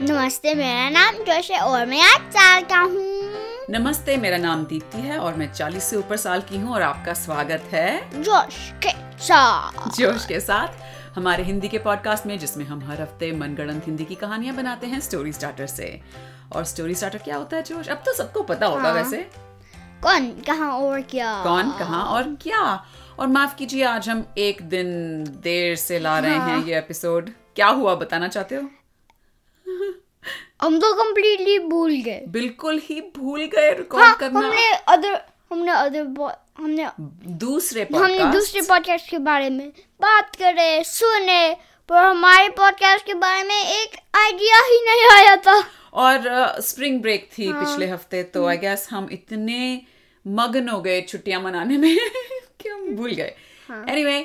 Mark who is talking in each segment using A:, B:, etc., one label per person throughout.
A: नमस्ते मेरा नाम जोश है और मैं आठ साल का हूँ
B: नमस्ते मेरा नाम दीप्ति है और मैं 40 से ऊपर साल की हूँ और आपका स्वागत है
A: जोश के साथ
B: जोश के साथ हमारे हिंदी के पॉडकास्ट में जिसमें हम हर हफ्ते मनगढ़ंत हिंदी की कहानियां बनाते हैं स्टोरी स्टार्टर से और स्टोरी स्टार्टर क्या होता है जोश अब तो सबको पता होगा
A: हाँ।
B: वैसे
A: कौन कहाँ और क्या
B: कौन कहाँ और क्या और माफ कीजिए आज हम एक दिन देर से ला रहे
A: हाँ।
B: हैं ये एपिसोड क्या हुआ बताना चाहते हो
A: हम तो कम्प्लीटली भूल गए
B: बिल्कुल ही भूल गए रिकॉर्ड
A: हाँ,
B: करना
A: हमने अदर हमने अदर हमने
B: दूसरे
A: हमने
B: podcast-
A: दूसरे पॉडकास्ट के बारे में बात करे सुने पर हमारे पॉडकास्ट के बारे में एक आइडिया ही नहीं आया था
B: और स्प्रिंग ब्रेक थी पिछले हफ्ते तो आई गेस हम इतने मगन हो गए छुट्टियां मनाने में कि हम भूल गए एनीवे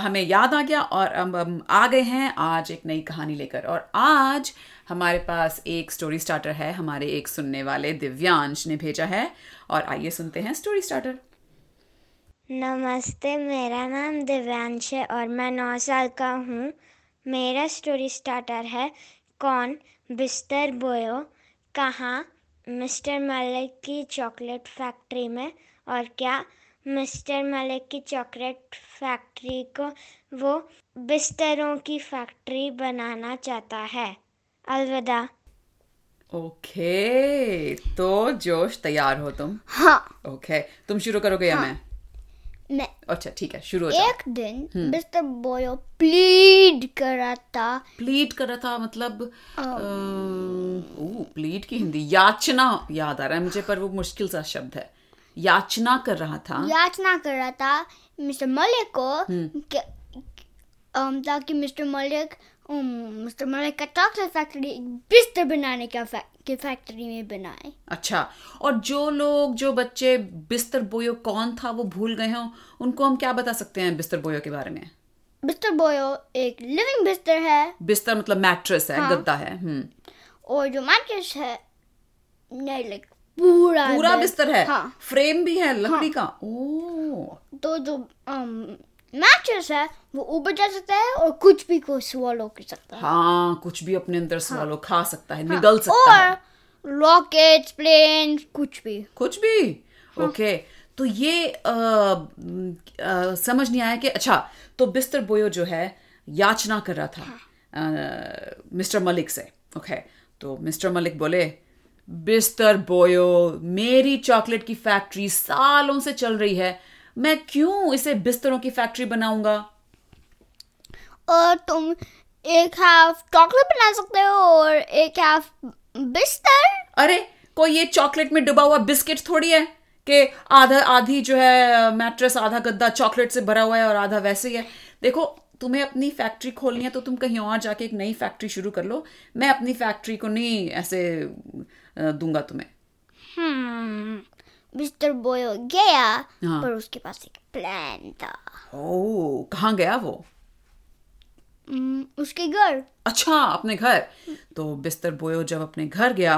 B: हमें याद आ गया और हम हम आ गए हैं आज एक नई कहानी लेकर और आज हमारे पास एक स्टोरी स्टार्टर है हमारे एक सुनने वाले दिव्यांश ने भेजा है और आइए सुनते हैं स्टोरी स्टार्टर
C: नमस्ते मेरा नाम दिव्यांश है और मैं नौ साल का हूँ मेरा स्टोरी स्टार्टर है कौन बिस्तर बोयो कहाँ मिस्टर मलिक की चॉकलेट फैक्ट्री में और क्या मिस्टर मलिक की चॉकलेट फैक्ट्री को वो बिस्तरों की फैक्ट्री बनाना चाहता है अलविदा
B: ओके तो जोश तैयार हो तुम
A: हाँ
B: ओके तुम शुरू करोगे या मैं
A: मैं
B: अच्छा ठीक है शुरू हो जाओ
A: एक दिन
B: हम्म।
A: मिस्टर बोयो प्लीड कर रहा था
B: प्लीट कर रहा था मतलब
A: Oh.
B: प्लीट की हिंदी याचना याद आ रहा है मुझे पर वो मुश्किल सा शब्द है याचना कर रहा था
A: याचना कर रहा था मिस्टर मलिक को
B: हम्म।
A: कि- अम, ताकि मिस्टर मलिक अम, मिस्टर मलिक का चॉकलेट फैक्ट्री एक बिस्तर बनाने का फैक- की फैक्ट्री में बनाए
B: अच्छा और जो लोग जो बच्चे बिस्तर बोयो कौन था वो भूल गए हों उनको हम क्या बता सकते हैं बिस्तर बोयो के बारे में
A: मिस्टर बोयो एक लिविंग बिस्तर है
B: बिस्तर मतलब मैट्रेस
A: हाँ।
B: है गद्दा है हम्म
A: और जो मैट्रेस है नहीं लाइक पूरा
B: पूरा
A: बिस-
B: बिस्तर है
A: हाँ
B: फ्रेम भी है लकड़ी का ओ
A: तो जो मैट्रेस है वो ऊपर जा सकता है और कुछ भी को swallow कर सकता है
B: हाँ कुछ भी अपने अंदर सवालो खा सकता है निगल सकता है
A: हाँ। और रॉकेट प्लेन कुछ भी
B: कुछ भी ओके तो ये अ, म, अ, समझ नहीं आया कि अच्छा तो बिस्तर बोयो जो है याचना कर रहा था अ, मिस्टर मलिक से ओके तो मिस्टर मलिक बोले बिस्तर बोयो मेरी चॉकलेट की फैक्ट्री सालों से चल रही है मैं क्यों इसे बिस्तरों की फैक्ट्री बनाऊंगा
A: और तुम एक हाफ चॉकलेट बना सकते हो और एक हाफ बिस्तर
B: अरे कोई ये चॉकलेट में डुबा हुआ बिस्किट थोड़ी है कि आधा आधी जो है मैट्रेस आधा गद्दा चॉकलेट से भरा हुआ है और आधा वैसे ही है देखो तुम्हें अपनी फैक्ट्री खोलनी है तो तुम कहीं और जाके एक नई फैक्ट्री शुरू कर लो मैं अपनी फैक्ट्री को नहीं ऐसे अ, दूंगा तुम्हें
A: मिस्टर बोयो गया
B: हाँ।
A: पर उसके पास एक प्लान था
B: ओ कहाँ गया वो
A: हम्म, उसके घर
B: अच्छा अपने घर तो बिस्तर बोयो जब अपने घर गया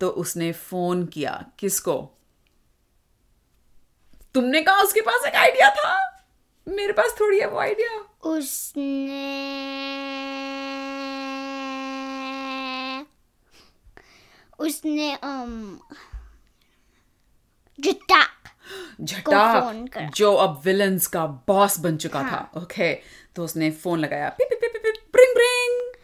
B: तो उसने फोन किया किसको तुमने कहा उसके पास एक आइडिया था मेरे पास थोड़ी है वो आइडिया
A: उसने उसने um, जुटा फोन
B: झटा
A: करा।
B: जो अब विलन्स का बॉस बन चुका था ओके तो उसने फोन लगाया पिप पिप पिप पिप ब्रिंग ब्रिंग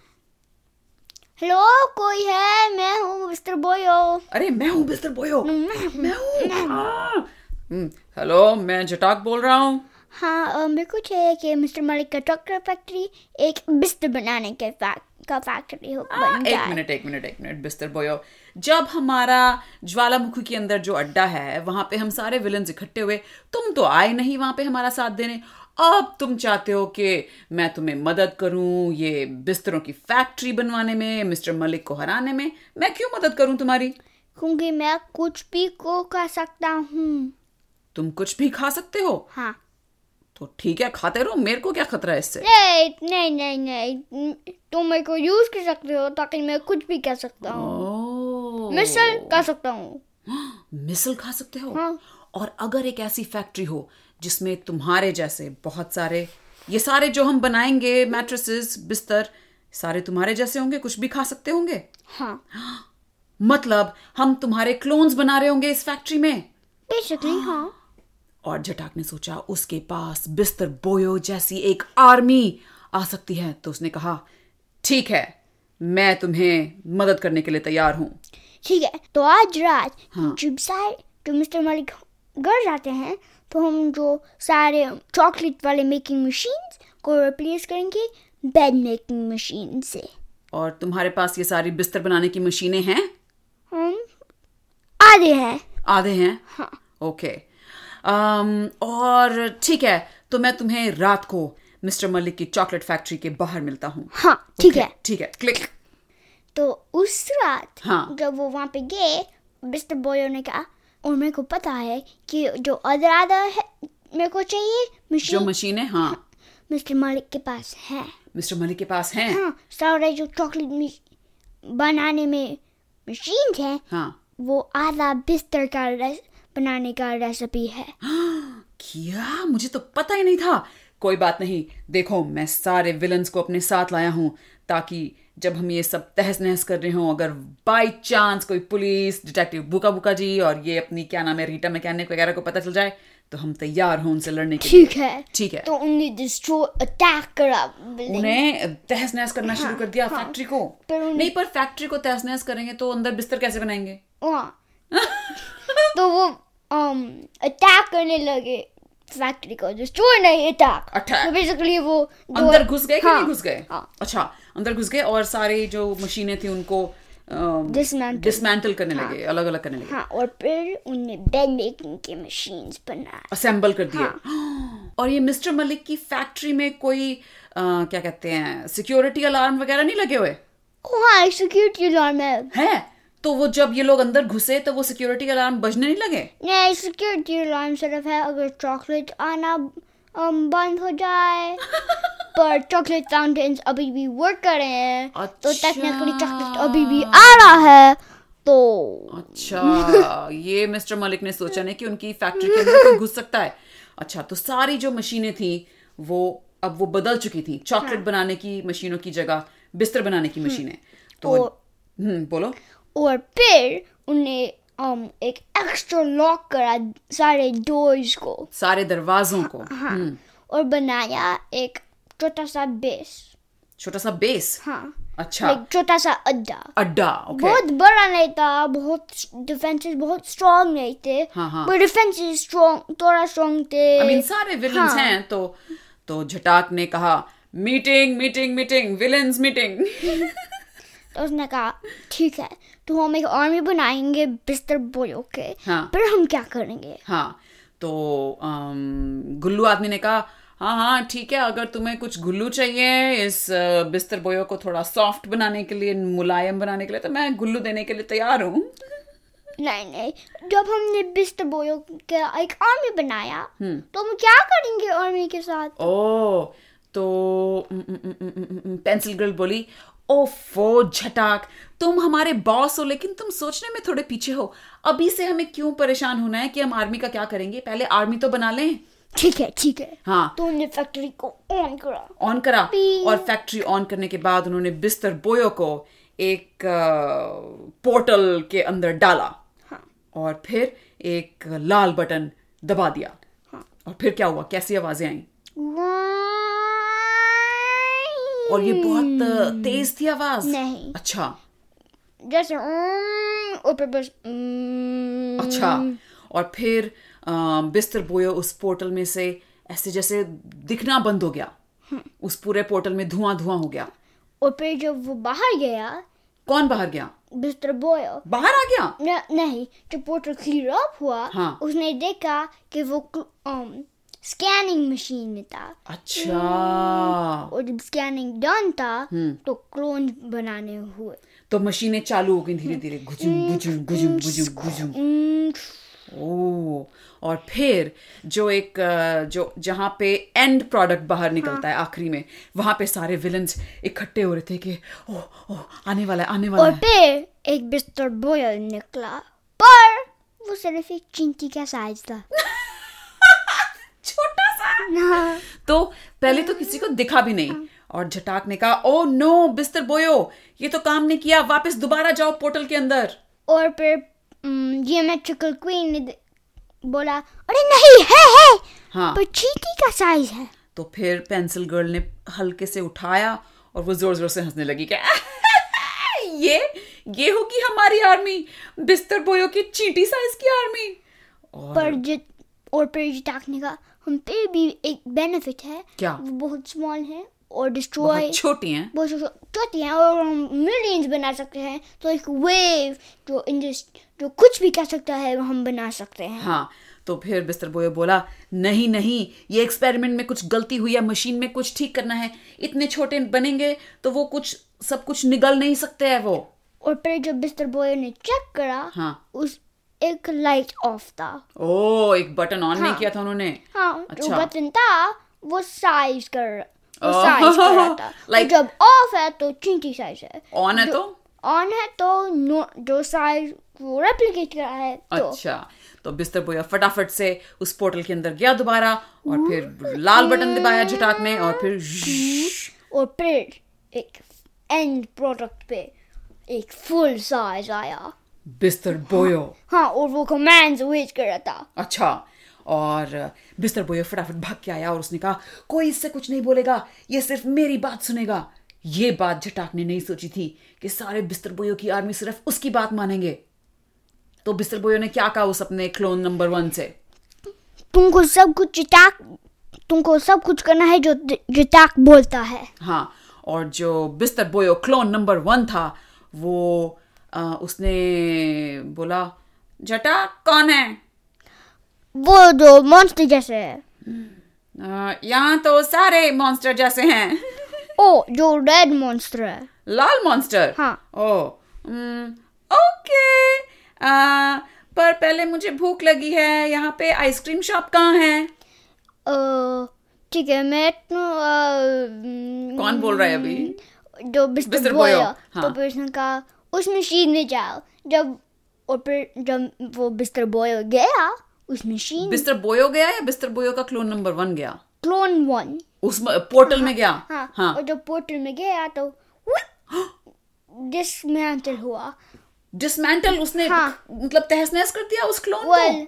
A: हेलो कोई है मैं हूँ मिस्टर बोयो
B: अरे मैं हूँ मिस्टर बोयो मैं हूँ हाँ। हम्म, हेलो मैं जटाक बोल रहा हूँ
A: हाँ अ, मेरे को चाहिए कि मिस्टर मलिक का चॉकलेट फैक्ट्री एक बिस्तर बनाने के फैक- का फैक्ट्री हो बन
B: हाँ, एक
A: जाए
B: मिनट एक मिनट एक मिनट बिस्तर बोयो जब हमारा ज्वालामुखी के अंदर जो अड्डा है वहां पे हम सारे विलन्स इकट्ठे हुए तुम तो आए नहीं वहां पे हमारा साथ देने अब तुम चाहते हो कि मैं तुम्हें मदद करूं ये बिस्तरों की फैक्ट्री बनवाने में मिस्टर मलिक को हराने में मैं क्यों मदद करूं तुम्हारी
A: क्योंकि मैं कुछ भी को कर सकता हूँ
B: तुम कुछ भी खा सकते हो
A: हाँ
B: तो ठीक है खाते रहो मेरे को क्या खतरा है इससे
A: नहीं नहीं नहीं नहीं तुम मेरे को यूज कर सकते हो ताकि मैं कुछ भी कर सकता हूँ
B: ओह।
A: मिसल कर सकता हूँ
B: मिसल खा सकते हो
A: हाँ।
B: और अगर एक ऐसी फैक्ट्री हो जिसमें तुम्हारे जैसे बहुत सारे ये सारे जो हम बनाएंगे मैट्रेसेस बिस्तर सारे तुम्हारे जैसे होंगे कुछ भी खा सकते होंगे
A: हाँ
B: मतलब हम तुम्हारे क्लोन्स बना रहे होंगे इस फैक्ट्री में
A: बेसिकली हाँ
B: और जटाक ने सोचा उसके पास बिस्तर बोयो जैसी एक आर्मी आ सकती है तो उसने कहा ठीक है मैं तुम्हें मदद करने के लिए तैयार हूँ
A: ठीक है तो आज रात
B: हाँ।
A: जब सारे जो मिस्टर मलिक घर जाते हैं तो हम जो सारे चॉकलेट वाले मेकिंग मशीन्स को रिप्लेस करेंगे बेड मेकिंग मशीन से
B: और तुम्हारे पास ये सारी बिस्तर बनाने की मशीनें हैं
A: हम आधे हैं
B: आधे हैं
A: हाँ।
B: ओके अम, और ठीक है तो मैं तुम्हें रात को मिस्टर मलिक की चॉकलेट फैक्ट्री के बाहर मिलता हूँ
A: हाँ ठीक
B: ओके,
A: है
B: ठीक है क्लिक
A: तो उस रात
B: हाँ।
A: जब वो वहाँ पे गए मिस्टर बॉयो ने कहा और मेरे को पता है कि जो अदर आधा है मेरे को चाहिए
B: जो
A: मशीन
B: मशीनें हाँ
A: मिस्टर मालिक के पास है
B: मिस्टर मलिक के पास हैं
A: हाँ सारे जो चॉकलेट मिश- बनाने में मशीन है
B: हाँ
A: वो आधा बिस्तर का रेस, बनाने का रेसिपी है
B: किया मुझे तो पता ही नहीं था कोई बात नहीं देखो मैं सारे विलन्स को अपने साथ लाया हूं ताकि जब हम ये सब तहस नहस कर रहे हों अगर बाई चांस कोई पुलिस डिटेक्टिव बुका बुका जी और ये अपनी क्या नाम है रीटा मैकेनिक वगैरह को पता चल जाए तो हम तैयार हों उनसे लड़ने के लिए
A: ठीक है
B: ठीक है
A: तो उन्हें डिस्ट्रॉय अटैक करा building
B: उन्हें तहस नहस करना शुरू कर दिया फैक्ट्री को
A: हाँ, पर उन्हें-
B: नहीं पर फैक्ट्री को तहस नहस करेंगे तो अंदर बिस्तर कैसे बनाएंगे
A: हाँ। तो वो अटैक करने लगे फैक्ट्री को डिस्ट्रॉय नहीं अटैक
B: Attack.
A: तो बेसिकली वो जो-
B: अंदर घुस गए कि
A: हाँ,
B: नहीं घुस गए
A: हाँ।
B: अच्छा अंदर घुस गए और सारे जो मशीनें थी उनको
A: Dismantle.
B: डिसमेंटल करने लगे अलग अलग करने लगे
A: हाँ और फिर उन्हें बेड मेकिंग के मशीन बना
B: असेंबल कर दिए
A: हाँ।
B: और ये मिस्टर मलिक की फैक्ट्री में कोई अ, क्या कहते हैं सिक्योरिटी अलार्म वगैरह नहीं लगे हुए
A: ओ हाँ सिक्योरिटी अलार्म है
B: हैं तो वो जब ये लोग अंदर घुसे तो वो सिक्योरिटी अलार्म बजने नहीं लगे
A: नहीं सिक्योरिटी अलार्म सिर्फ है अगर चॉकलेट आना um, बंद हो जाए पर चॉकलेट फाउंटेन्स अभी भी वर्क कर रहे हैं तो
B: अच्छा।
A: टेक्निकली चॉकलेट अभी भी आ रहा है तो
B: अच्छा ये मिस्टर मलिक ने सोचा नहीं कि उनकी फैक्ट्री के अंदर कोई घुस सकता है अच्छा तो सारी जो मशीनें थी वो अब वो बदल चुकी थी चॉकलेट
A: हाँ।
B: बनाने की मशीनों की जगह बिस्तर बनाने
A: हम्म।
B: की मशीनें तो
A: और-
B: हम्म बोलो
A: और फिर उन्हें um, एक एक्स्ट्रा लॉक करा सारे डोर्स को
B: सारे दरवाजों को हम्म,
A: और बनाया एक छोटा सा बेस
B: छोटा सा बेस
A: हाँ
B: अच्छा
A: एक छोटा सा अड्डा
B: अड्डा ओके
A: बहुत बड़ा नहीं था बहुत डिफेंसेस बहुत स्ट्रांग नहीं थे
B: हाँ, हाँ।
A: पर डिफेंसेस स्ट्रांग थोड़ा स्ट्रांग थे
B: आई मीन सारे विलन्स
A: हाँ।
B: हैं तो तो झटाक ने कहा meeting meeting meeting villains meeting
A: तो उसने कहा ठीक है तो हम एक आर्मी बनाएंगे बिस्तर बोलो के
B: हाँ।
A: पर हम क्या करेंगे
B: हाँ तो अम, गुल्लू आदमी ने कहा हाँ हाँ ठीक है अगर तुम्हें कुछ गुल्लू चाहिए इस अ, बिस्तर बोयो को थोड़ा सॉफ्ट बनाने के लिए मुलायम बनाने के लिए तो मैं गुल्लू देने के लिए तैयार हूँ
A: नहीं नहीं जब हमने बिस्तर बोलो का एक आर्मी बनाया
B: हम्म।
A: तो हम क्या करेंगे आर्मी के साथ
B: ओ तो उम, उम, उम, उम, उम, उम, पेंसिल गर्ल बोली ओफो झटाक तुम हमारे बॉस हो लेकिन तुम सोचने में थोड़े पीछे हो अभी से हमें क्यों परेशान होना है कि हम आर्मी का क्या करेंगे पहले आर्मी तो बना लें
A: ठीक है ठीक है
B: हाँ
A: तो उन्होंने फैक्ट्री को ऑन करा
B: ऑन करा
A: Ping.
B: और फैक्ट्री ऑन करने के बाद उन्होंने बिस्तर बोयो को एक पोर्टल के अंदर डाला
A: हाँ।
B: और फिर एक लाल बटन दबा दिया
A: हाँ।
B: और फिर क्या हुआ कैसी आवाजें आई और ये बहुत अ, तेज थी आवाज
A: Hmm. नहीं।
B: अच्छा
A: जैसे "Mm", ऊपर बस "Mm",
B: अच्छा और फिर अ, बिस्तर बोयो उस पोर्टल में से ऐसे जैसे दिखना बंद हो गया
A: Hmm.
B: उस पूरे पोर्टल में धुआं धुआं हो गया
A: और फिर जब वो बाहर गया
B: कौन बाहर गया
A: बिस्तर बोयो
B: बाहर आ गया
A: न, नहीं जब पोर्टल क्लियर अप हुआ
B: हाँ।
A: उसने देखा कि वो स्कैनिंग मशीन में था
B: अच्छा
A: और जब स्कैनिंग डन था तो क्लोन बनाने हुए
B: तो मशीनें चालू हो गई धीरे धीरे गुजुम गुजुम गुजुम गुजुम गुजुम
A: Mm,
B: ओ और फिर जो एक अ, जो जहाँ पे एंड प्रोडक्ट बाहर निकलता है आखिरी में वहाँ पे सारे विलन्स इकट्ठे हो रहे थे कि ओ ओ आने वाला है आने वाला
A: और
B: है
A: फिर एक बिस्तर बॉयल निकला पर वो सिर्फ एक चिंटी का साइज था
B: छोटा सा
A: हाँ
B: तो पहले तो किसी को दिखा भी नहीं और झटाक ने कहा ओ नो बिस्तर बोयो ये तो काम नहीं किया वापस दोबारा जाओ पोर्टल के अंदर
A: और फिर जियोमेट्रिकल क्वीन ने द- बोला अरे नहीं है है
B: हाँ
A: पर चीटी का साइज है
B: तो फिर पेंसिल गर्ल ने हल्के से उठाया और वो जोर जोर से हंसने लगी क्या ये ये होगी हमारी आर्मी बिस्तर बोयो की चीटी साइज की आर्मी और
A: पर जित और फिर जिटाक ने कहा हम पे भी एक बेनिफिट है
B: क्या?
A: वो बहुत स्मॉल है और डिस्ट्रॉय
B: बहुत छोटी हैं
A: बहुत छो- छोटी हैं और हम मिलियंस बना सकते हैं तो एक वेव जो इन जो कुछ भी कर सकता है वो हम बना सकते हैं
B: हाँ तो फिर बिस्तर बोयो बोला नहीं नहीं ये एक्सपेरिमेंट में कुछ गलती हुई है मशीन में कुछ ठीक करना है इतने छोटे बनेंगे तो वो कुछ सब कुछ निगल नहीं सकते हैं वो
A: और फिर जब बिस्तर बॉय ने चेक करा
B: हाँ
A: उस एक लाइट ऑफ था
B: ओ एक बटन ऑन नहीं
A: हाँ।
B: किया था उन्होंने
A: हाँ जो
B: अच्छा।
A: बटन था वो साइज कर वो
B: Oh,
A: साइज कर रहा था
B: like-
A: और जब ऑफ है तो चींटी साइज है
B: ऑन है
A: जो-
B: तो
A: ऑन है तो नो जो साइज वो रेप्लिकेट कर रहा है तो
B: अच्छा तो बिस्तर बोया फटाफट से उस पोर्टल के अंदर गया दोबारा और फिर लाल बटन दबाया झटाक ने और फिर ज़्ज़।
A: और फिर एक एंड प्रोडक्ट पे एक फुल साइज आया
B: बिस्तर बोयो
A: हाँ और वो कमांड्स वेट कर रहा था
B: अच्छा और बिस्तर बोयो फटाफट भाग के आया और उसने कहा कोई इससे कुछ नहीं बोलेगा ये सिर्फ मेरी बात सुनेगा ये बात झटाक ने नहीं सोची थी कि सारे बिस्तर बोयो की आर्मी सिर्फ उसकी बात मानेंगे तो बिस्तर बोयो ने क्या कहा उस अपने क्लोन नंबर वन से
A: तुमको सब कुछ जिटाक तुमको सब कुछ करना है जो जिटाक बोलता है
B: हाँ और जो बिस्तर बोयो क्लोन नंबर वन था वो अ, उसने बोला जटा कौन है
A: वो जो मॉन्स्टर जैसे है
B: अ, यहाँ तो सारे मॉन्स्टर जैसे हैं
A: ओ जो रेड मॉन्स्टर है
B: लाल मॉन्स्टर
A: हाँ।
B: ओ हम्म, ओके अ, पर पहले मुझे भूख लगी है यहाँ पे आइसक्रीम शॉप कहाँ है
A: अ, ठीक है मैं अ,
B: कौन बोल रहा है अभी
A: जो बिस्तर
B: बिस्तर
A: बोया
B: बोया, हाँ।
A: तो फिर उसने कहा उस मशीन में जाओ जब और फिर जब वो बिस्तर बॉय गया उस मशीन
B: बिस्तर बोयो गया या बिस्तर बोयो का क्लोन नंबर वन गया
A: क्लोन वन
B: उस पोर्टल में गया
A: हाँ, और जब पोर्टल में गया तो डिसमेंटल हुआ
B: Oh! डिसमेंटल उसने
A: हाँ।
B: मतलब तहस नहस कर दिया उस क्लोन को
A: well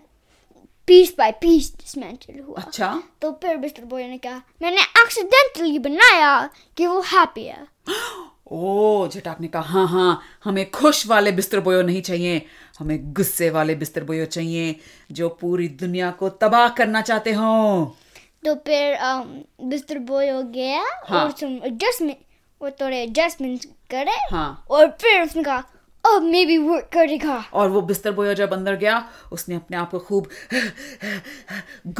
A: piece by piece dismantle हुआ
B: अच्छा
A: तो फिर मिस्टर बॉय ने कहा मैंने एक्सीडेंटली बनाया कि वो हैप्पी है
B: ओ जटाक ने कहा हाँ हाँ हमें खुश वाले बिस्तर बोयो नहीं चाहिए हमें गुस्से वाले बिस्तर बोयो चाहिए जो पूरी दुनिया को तबाह करना चाहते हो
A: तो फिर मिस्टर बॉय हो गया
B: हाँ।
A: और तुम एडजस्टमेंट वो थोड़े एडजस्टमेंट करे
B: हाँ।
A: और फिर उसने कहा अब मे बी वर्क करेगा
B: और वो बिस्तर बोयो जब अंदर गया उसने अपने आप को खूब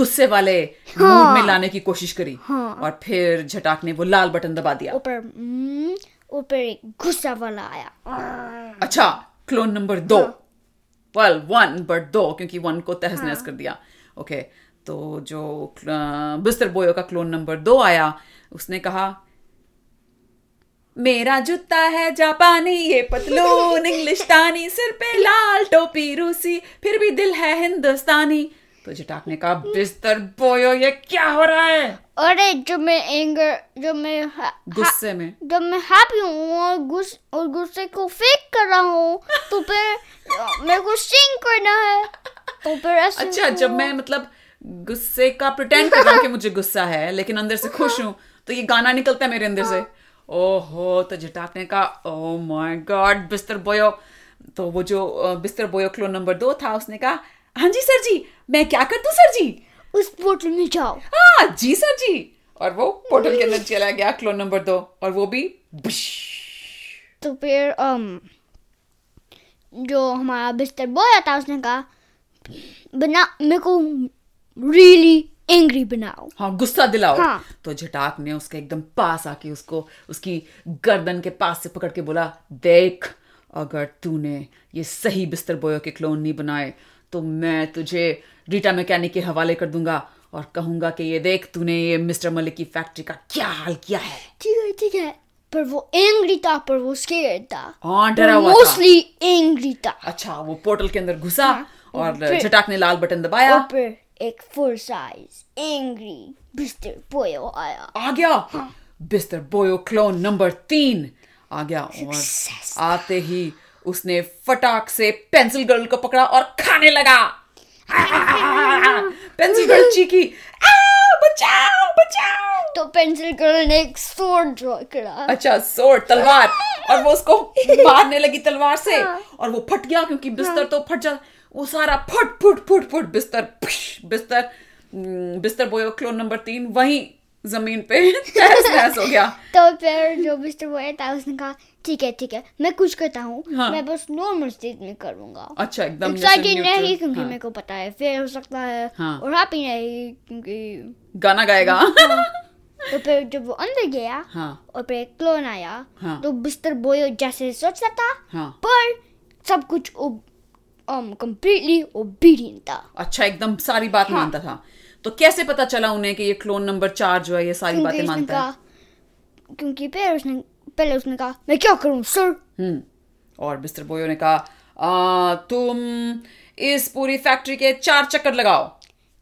B: गुस्से वाले मूड में लाने की कोशिश करी
A: हाँ।
B: और फिर झटाक ने वो लाल बटन दबा दिया
A: ऊपर हम्म, ऊपर एक गुस्सा वाला आया
B: अच्छा क्लोन नंबर दो वेल वन बट दो क्योंकि वन को तहस नहस कर दिया ओके तो जो अ, बिस्तर बोयो का क्लोन नंबर दो आया उसने कहा मेरा जूता है जापानी ये पतलून इंग्लिशतानी सिर पे लाल टोपी रूसी फिर भी दिल है हिंदुस्तानी तो जटाक ने कहा बिस्तर बोयो ये क्या हो रहा है
A: अरे जब मैं एंगर जब मैं हा- हा-
B: गुस्से में
A: जब मैं हैप्पी हूँ और गुस और गुस्से को फेक कर रहा हूँ तो फिर अ, मेरे को सिंग करना है तो फिर ऐसे
B: अच्छा जब मैं मतलब गुस्से का प्रिटेंड कर रहा हूँ कि मुझे गुस्सा है लेकिन अंदर से खुश हूँ तो ये गाना निकलता है मेरे अंदर से ओहो तो जटाक ने कहा oh my god mister Boyo तो वो जो अ, बिस्तर बोयो क्लो नंबर दो था उसने कहा हाँ जी सर जी मैं क्या कर दूं सर जी
A: उस पोर्टल में जाओ
B: हाँ जी सर जी और वो पोर्टल के अंदर चला गया क्लो नंबर दो और वो भी
A: तो फिर अम जो हमारा बिस्तर बोया था उसने कहा बना मेरे को रियली एंग्री बनाओ
B: हाँ गुस्सा दिलाओ
A: हाँ।
B: तो झटाक ने उसके एकदम पास आके उसको उसकी गर्दन के पास से पकड़ के बोला देख अगर तूने ये सही बिस्तर बोयो के क्लोन नहीं बनाए तो मैं तुझे रीटा मैकेनिक के हवाले कर दूंगा और कहूंगा कि ये देख तूने ये मिस्टर मलिक की फैक्ट्री का क्या हाल किया है
A: ठीक है ठीक है पर वो एंग्री था पर वो स्केयर था
B: हाँ, डरा हुआ था।
A: मोस्टली एंग्री था
B: अच्छा वो पोर्टल के अंदर घुसा और
A: हाँ, फिर-
B: झटाक ने लाल बटन दबाया
A: और फिर एक full size angry mister Boyo आया
B: आ गया बिस्तर बोयो क्लोन नंबर तीन आ गया और आते ही उसने फटाक से पेंसिल गर्ल को पकड़ा और खाने लगा पेंसिल गर्ल चीखी "आ, बचाओ बचाओ
A: तो पेंसिल गर्ल ने एक सोड ड्रॉ करा
B: अच्छा सोर तलवार और वो उसको मारने लगी तलवार से और वो फट गया क्योंकि बिस्तर तो फट जा वो सारा फट फुट फुट फुट बिस्तर पिश, बिस्तर हम्म, बिस्तर बोयो क्लोन नंबर तीन वहीं जमीन पे तहस नहस हो गया
A: तो फिर जो मिस्टर बॉय था उसने कहा ठीक है ठीक है मैं कुछ करता हूँ
B: हाँ।
A: मैं बस नॉर्मल स्टेज में करूँगा
B: अच्छा एकदम जैसे
A: एक्साइटेड
B: neutral,
A: नहीं क्योंकि
B: हाँ।
A: मेरे को पता है फिर हो सकता है
B: हाँ।
A: और हैप्पी नहीं क्योंकि
B: गाना गाएगा
A: तो फिर जब वो अंदर गया
B: हाँ
A: और फिर एक क्लोन आया
B: हाँ।
A: तो बिस्तर बॉय जैसे सोचता था
B: हाँ
A: पर सब कुछ um, कंप्लीटली ओबीडियंट था
B: अच्छा एकदम सारी बात मानता था तो कैसे पता चला उन्हें कि ये क्लोन नंबर चार जो है ये सारी
A: क्योंकि
B: बातें
A: उसने
B: मानता है
A: कहा- क्योंकि फिर उसने पहले उसने कहा मैं क्या करूं सर
B: हम्म और मिस्टर बोयो ने कहा "आ, तुम इस पूरी फैक्ट्री के चार चक्कर लगाओ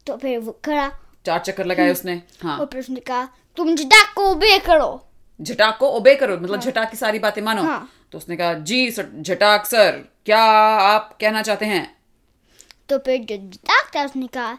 A: तो फिर वो खड़ा
B: चार चक्कर लगाए उसने
A: और
B: हाँ
A: फिर उसने कहा तुम जिदा को बे करो
B: झटाक को ओबे करो मतलब झटाक की सारी बातें मानो
A: हाँ।
B: तो उसने कहा जी सर झटाक सर क्या आप कहना चाहते हैं
A: तो फिर जो जिदा था उसने कहा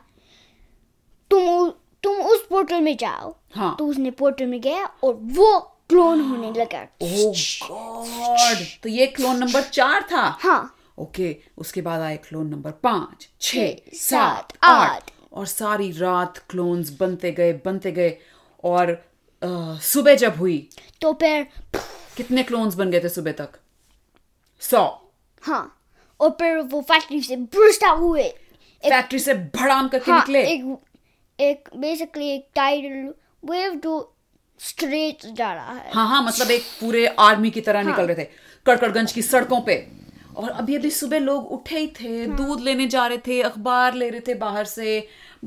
A: तुम उ- तुम उस पोर्टल में जाओ
B: हाँ।
A: तो उसने पोर्टल में गया और वो क्लोन होने लगा
B: ओह गॉड Oh तो ये क्लोन नंबर चार था
A: हाँ
B: ओके उसके बाद आए क्लोन नंबर पाँच छ
A: छः,
B: सात
A: सात,
B: आठ
A: आठ।
B: और सारी रात क्लोन्स बनते गए बनते गए और अ, सुबह जब हुई
A: तो फिर
B: कितने क्लोन्स बन गए थे सुबह तक सौ
A: हाँ और फिर वो फैक्ट्री से ब्रस्ट आउट हुए
B: फैक्ट्री से भड़ाम करके
A: हाँ,
B: निकले
A: एक एक बेसिकली एक टाइडल वेव जो स्ट्रेट जा रहा है
B: हाँ हाँ मतलब एक पूरे आर्मी की
A: हाँ।
B: तरह निकल रहे थे कड़कड़गंज की सड़कों पे और अभी अभी सुबह लोग उठे ही थे
A: हाँ।
B: दूध लेने जा रहे थे अखबार ले रहे थे बाहर से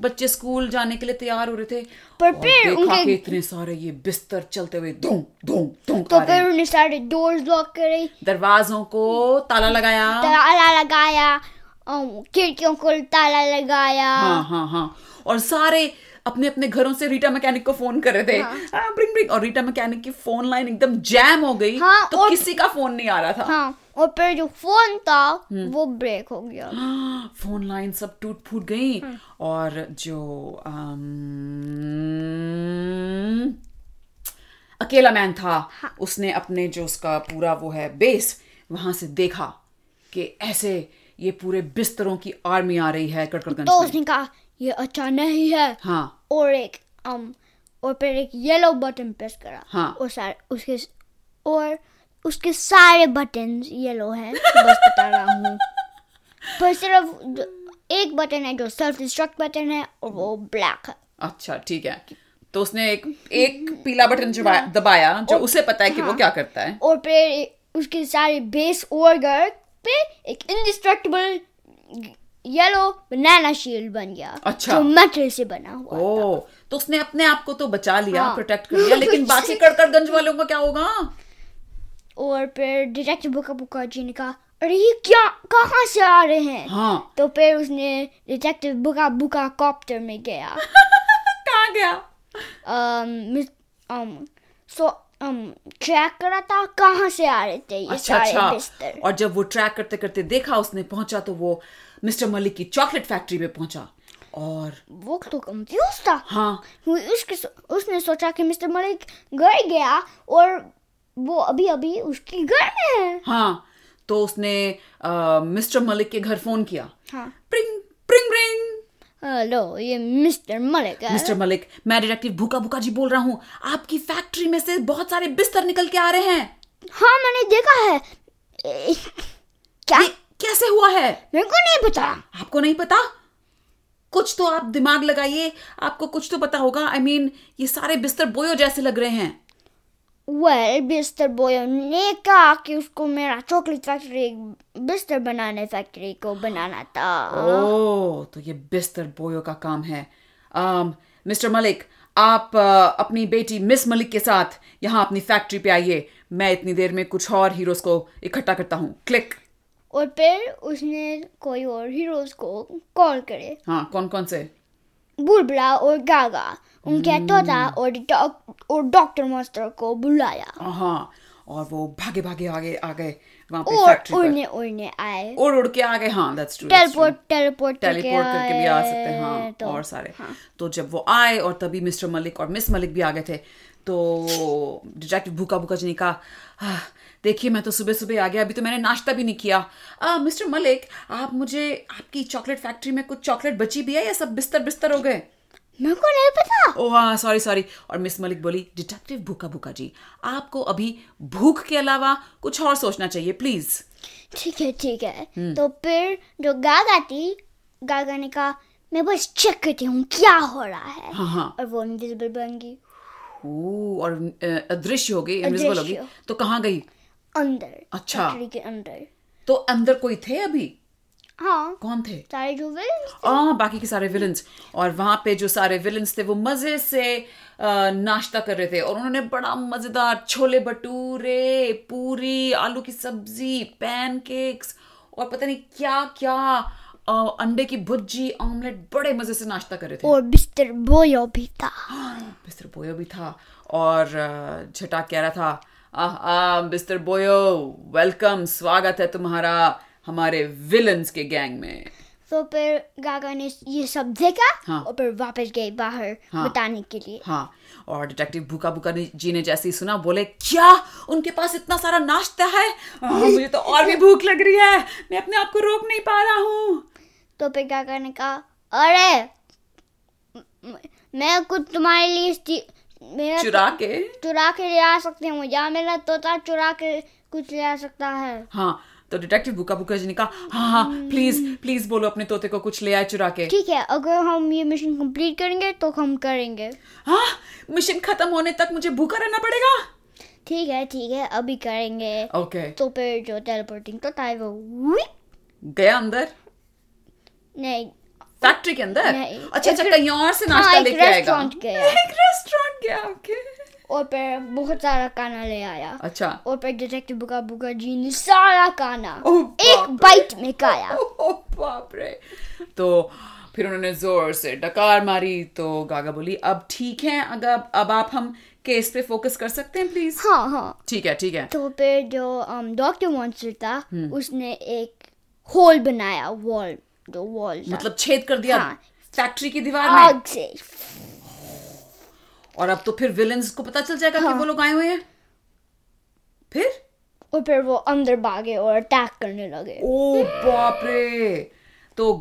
B: बच्चे स्कूल जाने के लिए तैयार हो रहे थे
A: पर
B: और
A: फिर
B: देखा
A: उनके-
B: कि इतने सारे ये बिस्तर चलते हुए धूम धूम धूम
A: तो
B: आ रहे
A: फिर
B: हैं।
A: उन्हें सारे डोर्स लॉक करे
B: दरवाजों को ताला लगाया
A: ताला लगाया अम, खिड़कियों को ताला लगाया
B: हाँ हाँ हाँ और सारे अपने अपने घरों से रीटा मैकेनिक को फोन कर रहे थे हाँ, ब्रिंग ब्रिंग और रीटा मैकेनिक की फोन लाइन एकदम जैम हो गई
A: हाँ,
B: तो
A: और-
B: किसी का फोन नहीं आ रहा था
A: हाँ और फिर जो फोन था वो ब्रेक हो गया
B: हाँ, फोन लाइन सब टूट फूट गई और जो अम, अकेला मैन था
A: हाँ।
B: उसने अपने जो उसका पूरा वो है बेस वहां से देखा कि ऐसे ये पूरे बिस्तरों की आर्मी आ रही है कड़कड़गंज
A: तो
B: में।
A: उसने कहा ये अच्छा नहीं है
B: हाँ
A: और एक um, और फिर एक येलो बटन प्रेस करा
B: हाँ।
A: और सारे उसके और उसके सारे बटन येलो हैं बस बता रहा हूँ पर सिर्फ जो- एक बटन है जो सेल्फ डिस्ट्रक्ट बटन है और वो ब्लैक है
B: अच्छा ठीक है तो उसने एक एक पीला बटन चबाया-
A: हाँ।
B: दबाया जो उसे पता है कि वो क्या करता है
A: और फिर उसके सारे बेस और गर्ग पे एक इंडिस्ट्रक्टेबल येलो बनाना शील्ड बन गया
B: अच्छा।
A: जो मेटल से बना हुआ
B: ओ तो उसने अपने आप को तो बचा लिया
A: हाँ।
B: प्रोटेक्ट कर लिया लेकिन बाकी कड़कड़गंज वालों का क्या होगा
A: और फिर डिटेक्टिव बुका बुका जी ने कहा अरे ये क्या कहाँ से आ रहे हैं
B: हाँ
A: तो फिर उसने डिटेक्टिव बुका बुका कॉप्टर में गया
B: कहाँ गया
A: अम, मिस- अम, सो अम, ट्रैक करा था कहाँ से आ रहे थे ये
B: अच्छा
A: सारे
B: अच्छा
A: बिस्तर
B: और जब वो ट्रैक करते करते देखा उसने पहुंचा तो वो मिस्टर मलिक की चॉकलेट फैक्ट्री में पहुंचा और
A: वो तो कंफ्यूज था
B: हाँ
A: वो उसके उसने सोचा कि मिस्टर मलिक घर गया और वो अभी अभी उसके घर में है
B: हाँ तो उसने अ, मिस्टर मलिक के घर फोन किया
A: हाँ
B: प्रिंग प्रिंग प्रिंग
A: हेलो ये मिस्टर मलिक है
B: मिस्टर मलिक मैं डिटेक्टिव भूखा भूखा जी बोल रहा हूँ आपकी फैक्ट्री में से बहुत सारे बिस्तर निकल के आ रहे हैं
A: हाँ मैंने देखा है ए, क्या
B: ये कैसे हुआ है
A: मेरे को नहीं पता
B: आपको नहीं पता कुछ तो आप दिमाग लगाइए आपको कुछ तो पता होगा आई I मीन mean, ये सारे बिस्तर बोयो जैसे लग रहे हैं
A: वेल बिस्तर बॉय ने कहा कि उसको मेरा चॉकलेट फैक्ट्री बिस्तर बनाने फैक्ट्री को बनाना था
B: ओ तो ये बिस्तर बोयो का काम है अम, मिस्टर मलिक आप अ, अपनी बेटी मिस मलिक के साथ यहाँ अपनी फैक्ट्री पे आइए मैं इतनी देर में कुछ और हीरोज को इकट्ठा करता हूँ क्लिक
A: और फिर उसने कोई और हीरोज को कॉल करे
B: हाँ कौन कौन से
A: बुलबुला और गागा उनके तोता और डॉक- और डॉक्टर मास्टर को बुलाया
B: हाँ और वो भागे भागे आगे आ गए वहां पे
A: और
B: फैक्ट्री पर
A: उड़ने उड़ने आए
B: और उड़ के आ गए हाँ दैट्स ट्रू
A: टेलीपोर्ट टेलीपोर्ट करके
B: टेलीपोर्ट करके भी आ सकते हैं
A: आए
B: हाँ
A: तो
B: और सारे तो जब वो आए और तभी मिस्टर मलिक और मिस मलिक भी आ गए थे तो डिटेक्टिव भूखा भूखा जी ने कहा "आह, देखिए मैं तो सुबह सुबह आ गया अभी तो मैंने नाश्ता भी नहीं किया आ, मिस्टर मलिक आप मुझे आपकी चॉकलेट फैक्ट्री में कुछ चॉकलेट बची भी है या सब बिस्तर बिस्तर हो गए
A: मेरे को नहीं पता
B: ओ हाँ सॉरी सॉरी और मिस मलिक बोली डिटेक्टिव भूखा भूखा जी आपको अभी भूख के अलावा कुछ और सोचना चाहिए प्लीज
A: ठीक है ठीक है तो फिर जो गागा थी गागा ने कहा मैं बस चेक करती हूँ क्या हो रहा है
B: हाँ हाँ
A: और वो इनविजिबल बन गई
B: ओ और अ, अदृश्य हो गई इनविजिबल हो गई
A: अदृश्य।
B: तो कहाँ गई
A: अंदर
B: अच्छा।
A: फैक्ट्री के अंदर
B: तो अंदर कोई थे अभी
A: हाँ
B: कौन थे
A: सारे जो villains
B: आ, बाकी के सारे विलन्स और वहां पे जो सारे विलन्स थे वो मजे से अ, नाश्ता कर रहे थे और उन्होंने बड़ा मजेदार छोले भटूरे पूरी आलू की सब्जी पैनकेक्स और पता नहीं क्या क्या अ, अंडे की भुर्जी ऑमलेट बड़े मजे से नाश्ता कर रहे थे
A: और बिस्तर बोयो भी था
B: बिस्तर बोयो भी था और अ, झटा कह रहा था आह आह बिस्तर बोयो वेलकम स्वागत है तुम्हारा हमारे विलन्स के गैंग में
A: तो फिर गागा ने ये सब देखा
B: हाँ।
A: और फिर वापस गई बाहर
B: हाँ।
A: बताने के लिए
B: हाँ और डिटेक्टिव भूखा भूखा ने- जी ने जैसे ही सुना बोले क्या उनके पास इतना सारा नाश्ता है आह, मुझे तो और भी भूख लग रही है मैं अपने आप को रोक नहीं पा रहा हूँ
A: तो फिर गागा ने कहा अरे म- म- मैं कुछ तुम्हारे लिए स्टी- मेरा
B: चुरा के
A: चुरा के ले आ सकते हो या मेरा तोता चुरा के कुछ ले आ सकता है
B: हाँ तो डिटेक्टिव भूखा भूखा जी ने कहा हाँ हाँ प्लीज प्लीज बोलो अपने तोते को कुछ ले आए चुरा के
A: ठीक है अगर हम ये मिशन कंप्लीट करेंगे तो हम करेंगे
B: हाँ मिशन खत्म होने तक मुझे भूखा रहना पड़ेगा
A: ठीक है ठीक है अभी करेंगे
B: ओके
A: तो फिर जो टेलीपोर्टिंग तोता है वो whip,
B: गया अंदर
A: नहीं
B: फैक्ट्री के अंदर
A: नहीं।
B: अच्छा अच्छा कहीं और से
A: हाँ,
B: नाश्ता
A: एक
B: लेके आएगा
A: रेस्टोरेंट गया।
B: एक रेस्टोरेंट गया ओके
A: और फिर बहुत सारा खाना ले आया
B: अच्छा
A: और फिर डिटेक्टिव बुका बुका जी ने सारा खाना
B: ओ
A: एक
B: बाप रे।
A: बाइट में खाया
B: ओ बाप रे तो फिर उन्होंने जोर से डकार मारी तो गागा बोली अब ठीक है अगर अब आप हम केस पे फोकस कर सकते हैं प्लीज
A: हाँ हाँ
B: ठीक है ठीक है
A: तो फिर जो डॉक्टर मॉन्स्टर था
B: हम्म।
A: उसने एक होल बनाया वॉल जो वॉल था
B: मतलब छेद कर दिया
A: हाँ।
B: फैक्ट्री की दीवार में
A: आग से
B: और अब तो फिर विलन्स को पता चल जाएगा
A: हाँ।
B: कि वो लोग आए हुए हैं फिर
A: और फिर वो अंदर भागे और अटैक करने लगे
B: ओ बाप रे तो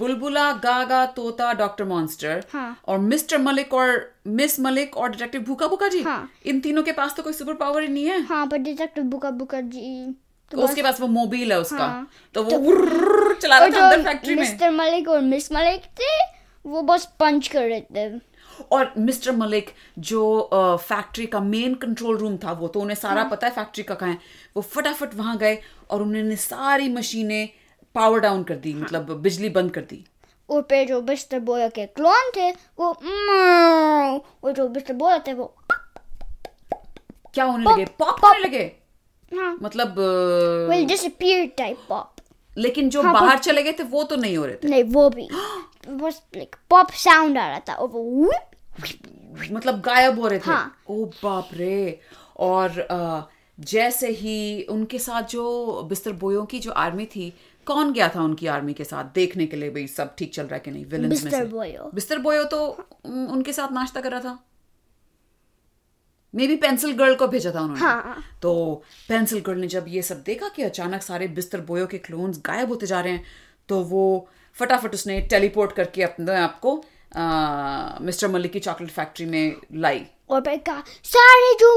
B: बुलबुला गागा तोता डॉक्टर मॉन्स्टर
A: हाँ।
B: और मिस्टर मलिक और मिस मलिक और डिटेक्टिव भूखा भूखा जी
A: हाँ।
B: इन तीनों के पास तो कोई सुपर पावर ही नहीं है
A: हाँ पर डिटेक्टिव बुका बुका जी तो
B: उसके पास वो मोबाइल है उसका
A: हाँ।
B: तो वो उर्र चला रहा
A: और
B: था अंदर
A: जो
B: फैक्ट्री में
A: मिस्टर मलिक और मिस मलिक थे वो बस पंच कर रहे थे
B: और मिस्टर मलिक जो फैक्ट्री का मेन कंट्रोल रूम था वो तो उन्हें सारा
A: हाँ।
B: पता है फैक्ट्री का कहाँ है वो फटाफट वहां गए और उन्होंने सारी मशीनें पावर डाउन कर
A: हाँ।
B: दी मतलब बिजली बंद कर दी
A: और फिर जो मिस्टर बोया के क्लोन थे वो म्याऊ, और जो मिस्टर बोया थे वो
B: क्या होने लगे पॉप होने लगे
A: हाँ
B: मतलब अ,
A: विल डिसअपियर टाइप पॉप
B: लेकिन जो बाहर चले गए थे वो तो नहीं हो रहे
A: नहीं वो भी बस लाइक पॉप साउंड आ रहा था और वो whip,
B: थे मतलब गायब हो रहे थे
A: हाँ।
B: ओ बाप रे और अ, जैसे ही उनके साथ जो बिस्तर बोयों की जो आर्मी थी कौन गया था उनकी आर्मी के साथ देखने के लिए भाई सब ठीक चल रहा है कि नहीं विलन्स में
A: मिस्टर
B: से
A: बोयो
B: बिस्तर बोयो तो उन- उनके साथ नाश्ता कर रहा था मे बी पेंसिल गर्ल को भेजा था उन्होंने
A: हाँ।
B: तो पेंसिल गर्ल ने जब ये सब देखा कि अचानक सारे बिस्तर बोयो के क्लोन्स गायब होते जा रहे हैं तो वो फटाफट उसने टेलीपोर्ट करके अपने आप को अ, मिस्टर मलिक की चॉकलेट फैक्ट्री में लाई
A: और फिर कहा सारे जो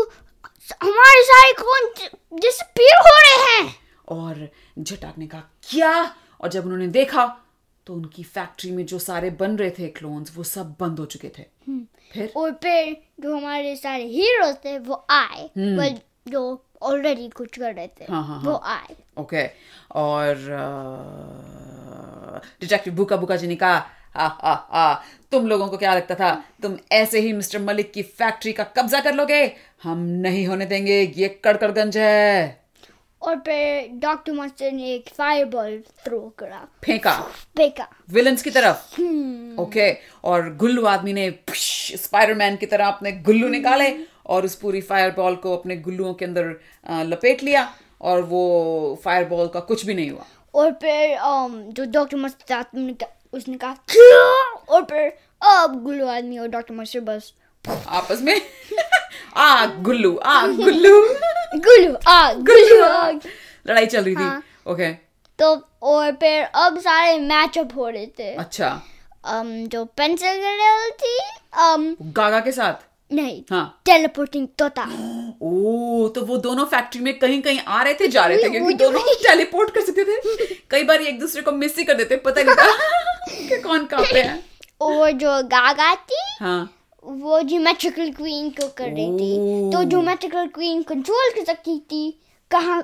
A: हमारे सारे क्लोन डिसअपियर हो रहे हैं
B: और झटाक ने कहा क्या और जब उन्होंने देखा तो उनकी फैक्ट्री में जो सारे बन रहे थे क्लोन्स वो सब बंद हो चुके थे फिर
A: और फिर जो हमारे सारे हीरो थे वो आए वो जो ऑलरेडी कुछ कर रहे थे
B: हम्म। हाँ, हाँ,
A: वो आए
B: ओके और डिटेक्टिव भूखा भूखा जी ने कहा हा हा हा तुम लोगों को क्या लगता था तुम ऐसे ही मिस्टर मलिक की फैक्ट्री का कब्जा कर लोगे हम नहीं होने देंगे ये कड़कड़गंज है
A: और फिर डॉक्टर मास्टर ने एक फायर बॉल थ्रो करा
B: फेंका
A: फेंका
B: विलन्स की तरफ ओके और गुल्लू आदमी ने स्पाइडरमैन की तरह अपने गुल्लू निकाले और उस पूरी फायरबॉल को अपने गुल्लुओं के अंदर अ, लपेट लिया और वो फायरबॉल का कुछ भी नहीं हुआ
A: और फिर अम, जो डॉक्टर मास्टर था तुमने क्या- उसने कहा "क्यों?" और फिर अब गुल्लू आदमी और डॉक्टर मास्टर बस
B: आपस में आ गुल्लू आ गुल्लू
A: गुल्लू आ गुल्लू आ
B: लड़ाई चल रही थी
A: हाँ।
B: ओके
A: तो और फिर अब सारे मैचअप हो रहे थे
B: अच्छा
A: um, जो पेंसिल ग्रिल थी um,
B: गागा के साथ
A: नहीं tota.
B: हाँ
A: टेलीपोर्टिंग तोता
B: ओ तो वो दोनों फैक्ट्री में कहीं कहीं आ रहे थे जा रहे थे
A: वो-
B: क्योंकि
A: वो जो-
B: दोनों टेलीपोर्ट कर सकते थे कई बार ये एक दूसरे को मिस ही कर देते पता नहीं था कि कौन कहाँ पे है
A: और जो गागा थी
B: हाँ
A: वो ज्योमेट्रिकल क्वीन को कर रही थी तो
B: ओह।
A: ज्योमेट्रिकल क्वीन कंट्रोल कर सकती थी कहाँ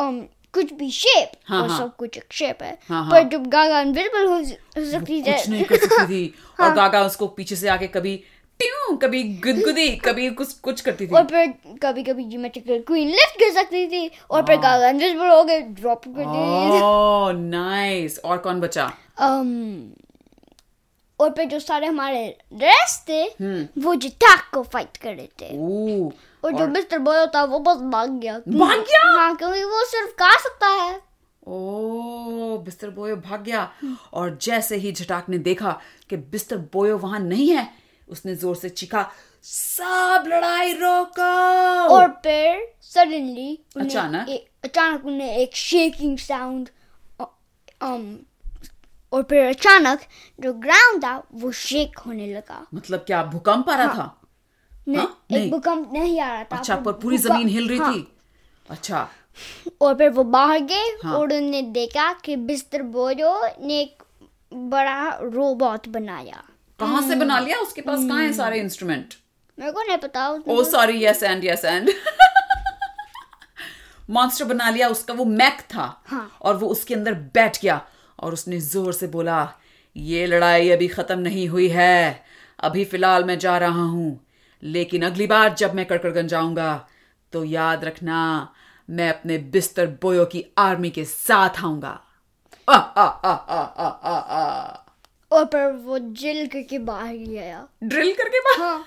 A: um, कुछ भी शेप
B: हाँ,
A: और
B: हाँ।
A: सब कुछ एक शेप है
B: हाँ, हाँ।
A: पर जब गागा अनविजिबल हो हो सकती
B: कुछ नहीं
A: थी
B: कर सकती थी
A: हाँ।
B: और गागा उसको पीछे से आके कभी ट्यू कभी गुदगुदी कभी कुछ कुछ करती थी
A: और फिर कभी कभी ज्योमेट्रिकल क्वीन लिफ्ट कर सकती थी और
B: हाँ.
A: फिर गागा अनविजिबल हो गए ड्रॉप कर
B: Oh.
A: दी
B: ओह नाइस और कौन बचा
A: um, और फिर जो सारे हमारे रेस थे
B: हम्म।
A: वो जो टैक को फाइट कर रहे थे
B: ओ
A: और जो मिस्टर बॉय था वो बस भाग गया
B: भाग गया?
A: हाँ क्योंकि वो सिर्फ खा सकता है
B: ओ बिस्तर बोयो भाग गया और जैसे ही झटाक ने देखा कि बिस्तर बोयो वहां नहीं है उसने जोर से चीखा सब लड़ाई रोको
A: और फिर सडनली
B: अचानक?
A: अचानक उन्हें एक शेकिंग साउंड um, और फिर अचानक जो ग्राउंड था वो शेक होने लगा
B: मतलब क्या भूकंप आ रहा
A: हाँ,
B: था
A: न-
B: हाँ, नहीं।
A: एक भूकंप नहीं आ रहा था
B: अच्छा
A: वो
B: पर पूरी
A: हाँ, भूकंप-
B: जमीन हिल रही
A: हाँ,
B: थी अच्छा
A: और फिर वो बाहर गए
B: हाँ।
A: और उन्होंने देखा कि बिस्तर बोजो ने एक बड़ा रोबोट बनाया
B: कहाँ से बना
A: हम्म।
B: लिया उसके पास कहाँ है सारे इंस्ट्रूमेंट
A: मेरे को नहीं पता उसने
B: oh sorry yes and yes and monster बना लिया उसका वो मैक था
A: हाँ।
B: और वो उसके अंदर बैठ गया और उसने जोर से बोला ये लड़ाई अभी खत्म नहीं हुई है अभी फिलहाल मैं जा रहा हूं लेकिन अगली बार जब मैं कड़कड़गंज जाऊंगा तो याद रखना मैं अपने बिस्तर बोयो की आर्मी के साथ आऊंगा आ, आ, आ, आ, आ, आ, आ।
A: और फिर वो जिल करके बाहर गया
B: ड्रिल करके बाहर
A: हाँ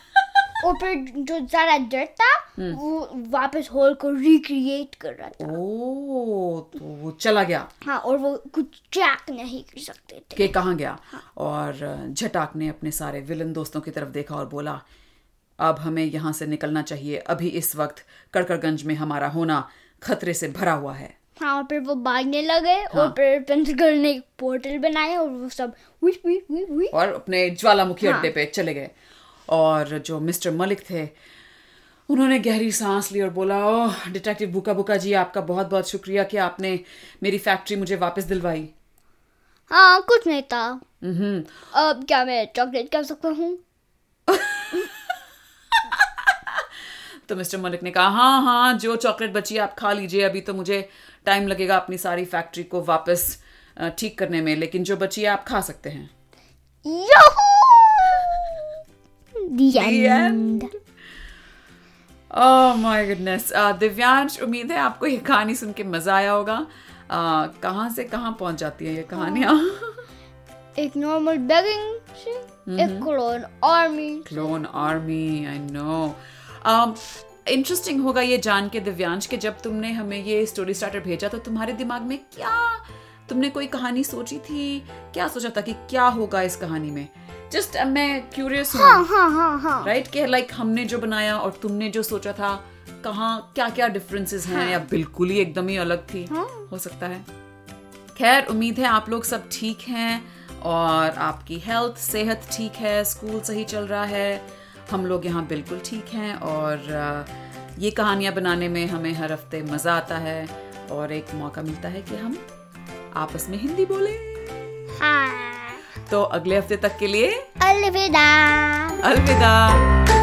A: और फिर जो सारा डर था वो वापस होल को रिक्रिएट कर रहा था
B: ओ तो वो चला गया
A: हाँ और वो कुछ ट्रैक नहीं कर सकते थे
B: के कहाँ गया और झटाक ने अपने सारे विलन दोस्तों की तरफ देखा और बोला अब हमें यहाँ से निकलना चाहिए अभी इस वक्त कड़कड़गंज में हमारा होना खतरे से भरा हुआ है
A: हाँ और फिर वो भागने लगे और फिर पेंसिल गर्ल ने एक पोर्टल बनाया और वो सब हुई हुई हुई हुई
B: और अपने ज्वालामुखी
A: हाँ।
B: अड्डे पे चले गए और जो मिस्टर मलिक थे उन्होंने गहरी सांस ली और बोला ओह डिटेक्टिव बुका बुका जी आपका बहुत बहुत शुक्रिया कि आपने मेरी फैक्ट्री मुझे वापस दिलवाई
A: हाँ कुछ नहीं था
B: हम्म
A: अब क्या मैं चॉकलेट कर सकता हूँ
B: तो मिस्टर मलिक ने कहा हाँ हाँ जो चॉकलेट बची है आप खा लीजिए अभी तो मुझे टाइम लगेगा अपनी सारी फैक्ट्री को वापस अ, ठीक करने में लेकिन जो बची है आप खा सकते हैं
A: Yahoo! The end.
B: Oh my goodness Uh, Divyansh उम्मीद है आपको ये कहानी सुन के मजा आया होगा अ, कहाँ से कहाँ पहुंच जाती है ये कहानियाँ
A: एक नॉर्मल बेगिंग से एक clone army
B: clone army I know interesting Um, होगा ये जान के दिव्यांश के जब तुमने हमें ये स्टोरी स्टार्टर भेजा तो तुम्हारे दिमाग में क्या तुमने कोई कहानी सोची थी क्या सोचा था कि क्या होगा इस कहानी में जस्ट मैं क्यूरियस हूँ
A: हाँ हाँ हाँ हाँ
B: राइट के लाइक हमने जो बनाया और तुमने जो सोचा था कहाँ क्या क्या डिफरेंसेस हैं या बिल्कुल ही एकदम ही अलग थी हो सकता है खैर उम्मीद है आप लोग सब ठीक हैं और आपकी हेल्थ सेहत ठीक है स्कूल सही चल रहा है हम लोग यहाँ बिल्कुल ठीक हैं और अ, ये कहानियाँ बनाने में हमें हर हफ्ते मज़ा आता है और एक मौका मिलता है कि हम आपस में हिंदी बोलें
A: हाँ
B: तो अगले हफ्ते तक के लिए
A: अलविदा
B: अलविदा